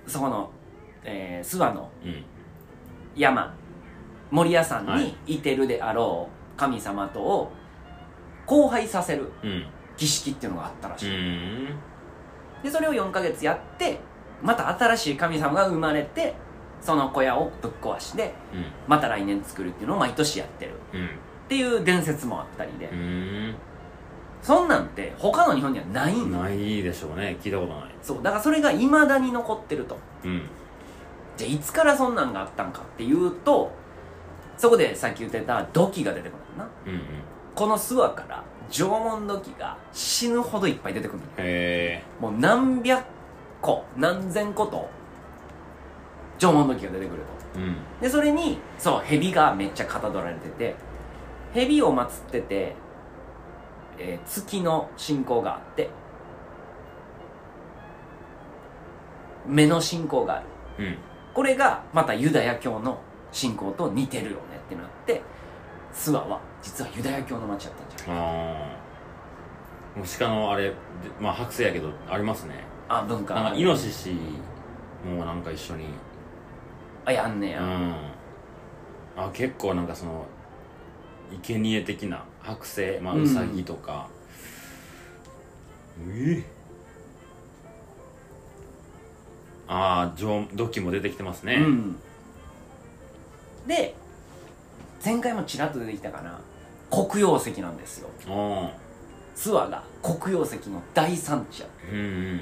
Speaker 2: そこの、えー、諏訪の
Speaker 1: うん
Speaker 2: 山森屋さん
Speaker 1: は
Speaker 2: にいてるであろう神様とを交配させる
Speaker 1: うん
Speaker 2: 儀式っていうのがあったらし
Speaker 1: う
Speaker 2: い、
Speaker 1: ん
Speaker 2: でそれを4ヶ月やってまた新しい神様が生まれてその小屋をぶっ壊して
Speaker 1: うん
Speaker 2: また来年作るっていうのを毎年やってるっていう伝説もあったりで、
Speaker 1: うん
Speaker 2: そんなんて他の日本にはない
Speaker 1: うんん
Speaker 2: だ
Speaker 1: ないでしょうね聞いたことない
Speaker 2: そうだからそれがいまだに残ってると
Speaker 1: うん
Speaker 2: じゃあいつからそんなんがあったんかっていうとそこでさっき言ってた土器が出てくるんだな
Speaker 1: うんうん
Speaker 2: この諏訪から縄文土器が死ぬほどいっぱい出てくるのよ
Speaker 1: へ
Speaker 2: もう何百個何千個と縄文土器が出てくると
Speaker 1: えうん
Speaker 2: でそれにそう蛇がめっちゃかたどられてて蛇を祀ってて、えー月の信仰があって目の信仰がある
Speaker 1: うん
Speaker 2: これがまたユダヤ教の信仰と似てるよねってなって諏訪は実はユダヤ教の町だったんじゃな
Speaker 1: あ
Speaker 2: い
Speaker 1: あもう鹿のあれでまあ剥製やけどありますね
Speaker 2: あ文化
Speaker 1: なんかイノシシもなんか一緒に
Speaker 2: あやんね
Speaker 1: う
Speaker 2: や、
Speaker 1: んあ結構なんかその生贄的な剥製まあ
Speaker 2: うん
Speaker 1: ウサギとか、ええああ縄土器も出てきてますね、
Speaker 2: うん、で前回もちらっと出てきたかな黒曜石なんですよ
Speaker 1: うん、おー
Speaker 2: 諏訪が黒曜石の大産地や
Speaker 1: うんうん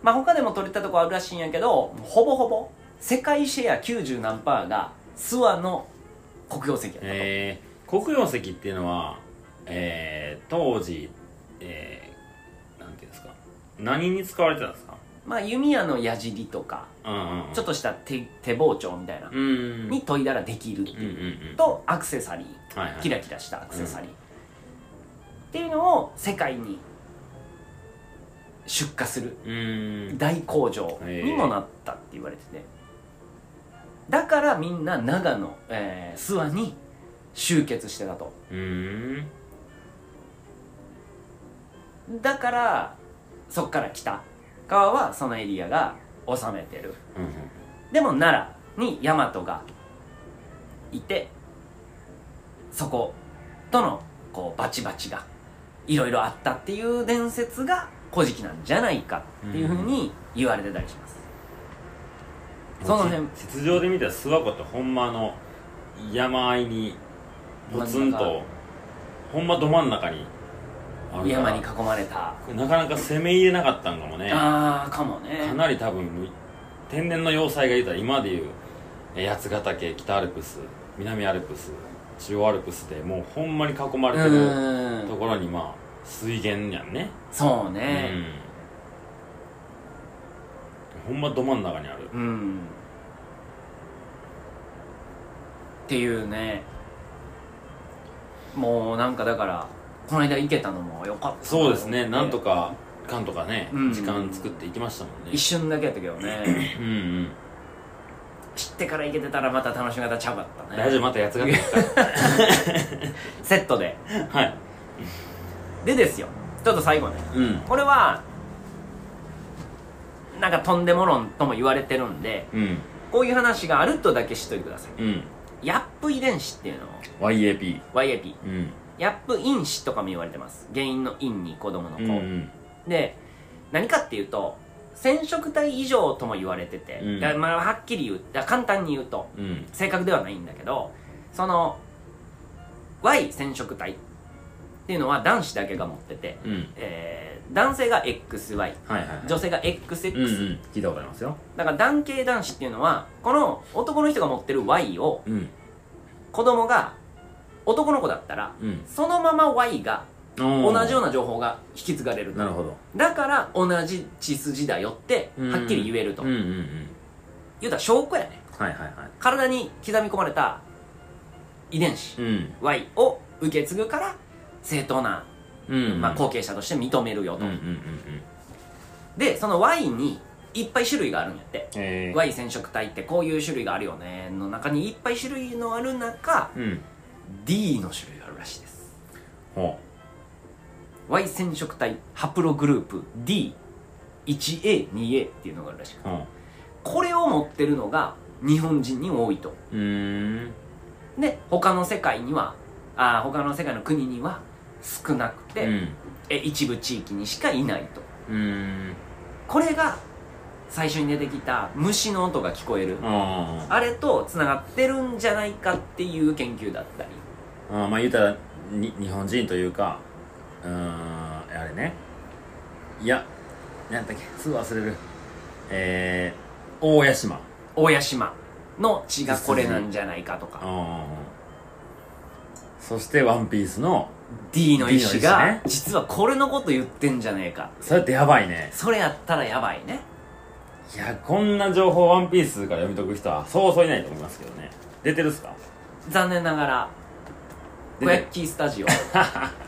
Speaker 2: まあ他でも取れたとこあるらしいんやけどほぼほぼ世界シェア90何パーが諏訪の黒曜石やったと、
Speaker 1: えー、黒曜石っていうのはえー、当時えー、なんていうんですか何に使われてたんですか
Speaker 2: まあ弓矢の矢尻とか
Speaker 1: うんうんうん
Speaker 2: ちょっとした手手包丁みたいな、
Speaker 1: うんうん
Speaker 2: に研いだらできるって
Speaker 1: うんう
Speaker 2: いうん
Speaker 1: うん
Speaker 2: とアクセサリー
Speaker 1: はいはい
Speaker 2: キラキラしたアクセサリー、っていうのを世界に出荷する
Speaker 1: うーん
Speaker 2: 大工場にもなったって言われてて、だからみんな長野、えー諏訪に集結してたと
Speaker 1: うーん
Speaker 2: だからそっから北側はそのエリアが治めてる
Speaker 1: うん
Speaker 2: でも奈良に大和がいてそことのこうバチバチがいろいろあったっていう伝説が「古事記」なんじゃないかっていうふうに言われてたりします、
Speaker 1: うん
Speaker 2: その辺
Speaker 1: 地地図上で見たら諏訪湖ってほんまあの山あいにポツン
Speaker 2: 真ん
Speaker 1: とほんまど真ん中にあるから
Speaker 2: 山に囲まれた
Speaker 1: なかなか攻め入れなかったんかもねか
Speaker 2: ああかもね
Speaker 1: なり多分天然の要塞が言うたら今でいうえ八ヶ岳北アルプス南アルプス中央アルプスでもうほんまに囲ま
Speaker 2: う
Speaker 1: れてる
Speaker 2: ー
Speaker 1: と
Speaker 2: ん
Speaker 1: ころにまあ水源やんね
Speaker 2: そ
Speaker 1: う
Speaker 2: うね
Speaker 1: んほんまど真ん中にある
Speaker 2: うん、っていうねもうなんかだからこの間行けたのもよかったな
Speaker 1: そうですね、なんとか、かんとかね、
Speaker 2: うん
Speaker 1: 時間作っていきましたもんね。
Speaker 2: 一瞬だけやったけど ね
Speaker 1: うんうん。
Speaker 2: 知ってから行けてたらまた楽しみ方ちゃうかったね
Speaker 1: 大丈夫、またやつがですか
Speaker 2: セットで
Speaker 1: ら。はい。
Speaker 2: でですよちょっと最後ね
Speaker 1: うん。
Speaker 2: これはなんかとんでも論とも言われてるんで
Speaker 1: うん。
Speaker 2: こういう話があるとだけ知っといてください
Speaker 1: うん。
Speaker 2: ヤップ遺伝子っていうのを
Speaker 1: YAP。
Speaker 2: YAP
Speaker 1: うん。
Speaker 2: ヤップ因子とかも言われてます原因の因に子供の
Speaker 1: う
Speaker 2: 子、
Speaker 1: んうん。
Speaker 2: で何かっていうと染色体異常とも言われてて、
Speaker 1: うん
Speaker 2: だからまあはっきり言うだから簡単に言うと
Speaker 1: うん。
Speaker 2: 正確ではないんだけどその Y 染色体っていうのは男子だけが持ってて、
Speaker 1: うん。
Speaker 2: えー男性が XY
Speaker 1: はいはいはい。
Speaker 2: 女性が XX、
Speaker 1: うんうん。聞いたことありますよ。
Speaker 2: だから男系男子っていうのはこの男の人が持ってる Y を
Speaker 1: うん。
Speaker 2: 子供が男の子だったら
Speaker 1: うん。
Speaker 2: そのまま Y が
Speaker 1: 同
Speaker 2: 同じような情報が引き継がれる
Speaker 1: なるほど。
Speaker 2: だから同じ血筋だよって
Speaker 1: うん
Speaker 2: はっきり言えると、
Speaker 1: うんうんうん。
Speaker 2: 言うたら証拠やね
Speaker 1: はいはいは
Speaker 2: 体に刻み込まれた遺伝子
Speaker 1: い。うん。
Speaker 2: Y を受け継ぐから正当な、
Speaker 1: うん。
Speaker 2: まあ、後継者として認めるよ
Speaker 1: う
Speaker 2: と、
Speaker 1: んうんうんうん。
Speaker 2: でその Y にいっぱい種類があるんやって、
Speaker 1: えー。
Speaker 2: Y 染色体ってこういう種類があるよねの中にいっぱい種類のある中
Speaker 1: うん。
Speaker 2: D の種類があるらしいです
Speaker 1: ほ
Speaker 2: Y 染色体ハプログループ D1A2A っていうのがあるらしく
Speaker 1: うん
Speaker 2: これを持ってるのが日本人に多いと
Speaker 1: うーん
Speaker 2: で他の世界にはあー他の世界の国には少なくて、
Speaker 1: うん
Speaker 2: え一部地域にしかいないと
Speaker 1: うーん
Speaker 2: これが最初に出てきた虫の音が聞こえる
Speaker 1: あ
Speaker 2: あれとつながってるんじゃないかっていう研究だったり
Speaker 1: ーあーまあ言うたらに日本人というかうーんあれねいやなんだっけすぐ忘れるえー、大屋島
Speaker 2: 大屋島の血がこれなんじゃないかとか
Speaker 1: そして「ワンピースの
Speaker 2: D の意
Speaker 1: D の意志
Speaker 2: 志が
Speaker 1: ね
Speaker 2: 実はこれのこと言ってんじゃねえか
Speaker 1: それってやばいね
Speaker 2: それやったらやばいね
Speaker 1: いやこんな情報「ワンピースから読み解く人はそうそういないと思いますけどね出てるっすか
Speaker 2: 残念ながら
Speaker 1: で
Speaker 2: 小焼きスタ ジオ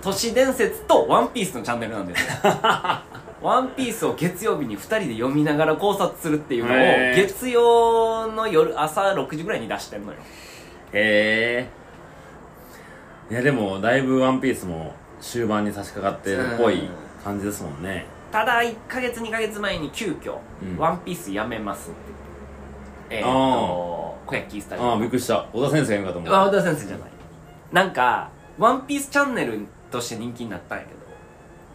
Speaker 2: 都市伝説とワンピースのチャンネルなんですよワンピースを月曜日に2人で読みながら考察するっていうのを
Speaker 1: へー
Speaker 2: 月曜の夜朝6時ぐらいに出してるのよ
Speaker 1: へえいやでもだいぶ「ワンピースも終盤に差し掛かってるっぽい感じですもんね
Speaker 2: ただ1ヶ月2ヶ月前に急遽、
Speaker 1: うん
Speaker 2: ワンピースやめますってえー、っ
Speaker 1: あー
Speaker 2: と小焼きスタジ
Speaker 1: ああ
Speaker 2: オ
Speaker 1: びっくりした小田先生が言うかと思
Speaker 2: 和
Speaker 1: う
Speaker 2: 田先生じゃないなんかワンピースチャンネルとして人気になったんやけど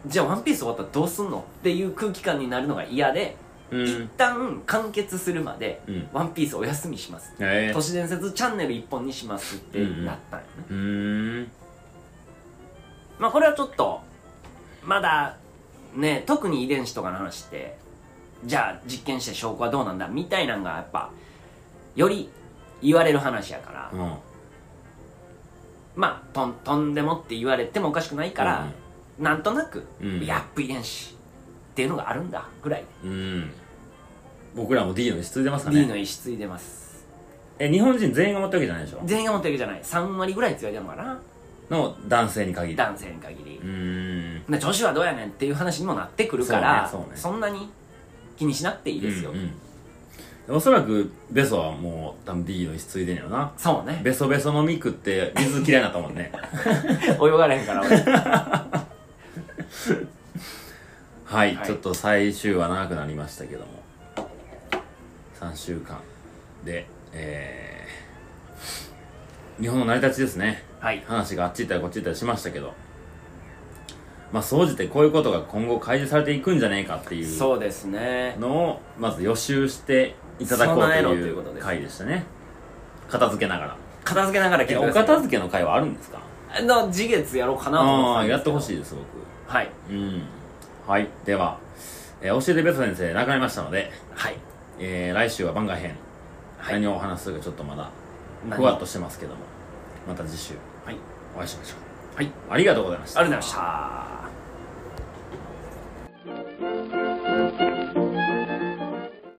Speaker 2: じゃあワンピース終わったらどうすんのっていう空気感になるのが嫌で
Speaker 1: う
Speaker 2: 一
Speaker 1: ん
Speaker 2: 旦完結するまで
Speaker 1: う
Speaker 2: 「
Speaker 1: ん
Speaker 2: ワンピースお休みします
Speaker 1: へえ
Speaker 2: 都市伝説チャンネル一本にしますってなったんよね、
Speaker 1: うーん
Speaker 2: まあこれはちょっとまだね特に遺伝子とかの話ってじゃあ実験して証拠はどうなんだみたいなんがやっぱより言われる話やから、
Speaker 1: うん
Speaker 2: まあとんとんでもって言われてもおかしくないから、なんとなく、
Speaker 1: うん
Speaker 2: やっぱ遺伝子っていうのがあるんだぐらい
Speaker 1: うん、うん、僕らも D の質出ますか
Speaker 2: D
Speaker 1: ね
Speaker 2: の意思ついてます
Speaker 1: え日本人全員が持ったわけじゃないでしょ
Speaker 2: 全員が持ってるわけじゃない3割ぐらい強いてるのかな
Speaker 1: の男性に限り
Speaker 2: 男性に限り
Speaker 1: う、ーん
Speaker 2: で女子はどうやねんっていう話にもなってくるから
Speaker 1: そうねそうね
Speaker 2: んなに気にしなくていいですよ、
Speaker 1: うんうんおそらくベソはもう多分 D の質ついでんやろな
Speaker 2: そうね
Speaker 1: ベソベソのミクって水嫌いになったもんね
Speaker 2: 泳がれへんから俺
Speaker 1: はい、
Speaker 2: はい
Speaker 1: ちょっと最終は長くなりましたけども3週間でえー、日本の成り立ちですね
Speaker 2: はい
Speaker 1: 話があっち行ったりこっち行ったりしましたけどまあ総じてこういうことが今後開示されていくんじゃねえかっていう
Speaker 2: そうですね
Speaker 1: のをまず予習していただこうと
Speaker 2: 備えろとい
Speaker 1: いう
Speaker 2: こと
Speaker 1: う
Speaker 2: です
Speaker 1: 回でしたね片付けながら
Speaker 2: 片付けながら聞いて
Speaker 1: え
Speaker 2: く
Speaker 1: お
Speaker 2: ださい
Speaker 1: 片付けの会はあるんですか
Speaker 2: けの次月やろうかなと思
Speaker 1: ああ
Speaker 2: ん
Speaker 1: ー
Speaker 2: で
Speaker 1: や
Speaker 2: す
Speaker 1: っ
Speaker 2: け
Speaker 1: て
Speaker 2: ど
Speaker 1: ほしいです僕
Speaker 2: はい
Speaker 1: うんはいでは、えー教えてベト先生亡くなりましたので、
Speaker 2: はい
Speaker 1: えー来週は番外編、
Speaker 2: はい
Speaker 1: 何をお話しするかちょっとまだ
Speaker 2: 何
Speaker 1: ふわっとしてますけどもまた次週
Speaker 2: はい
Speaker 1: お会いしましょう
Speaker 2: はい
Speaker 1: ありがとうございました
Speaker 2: ありがとうございました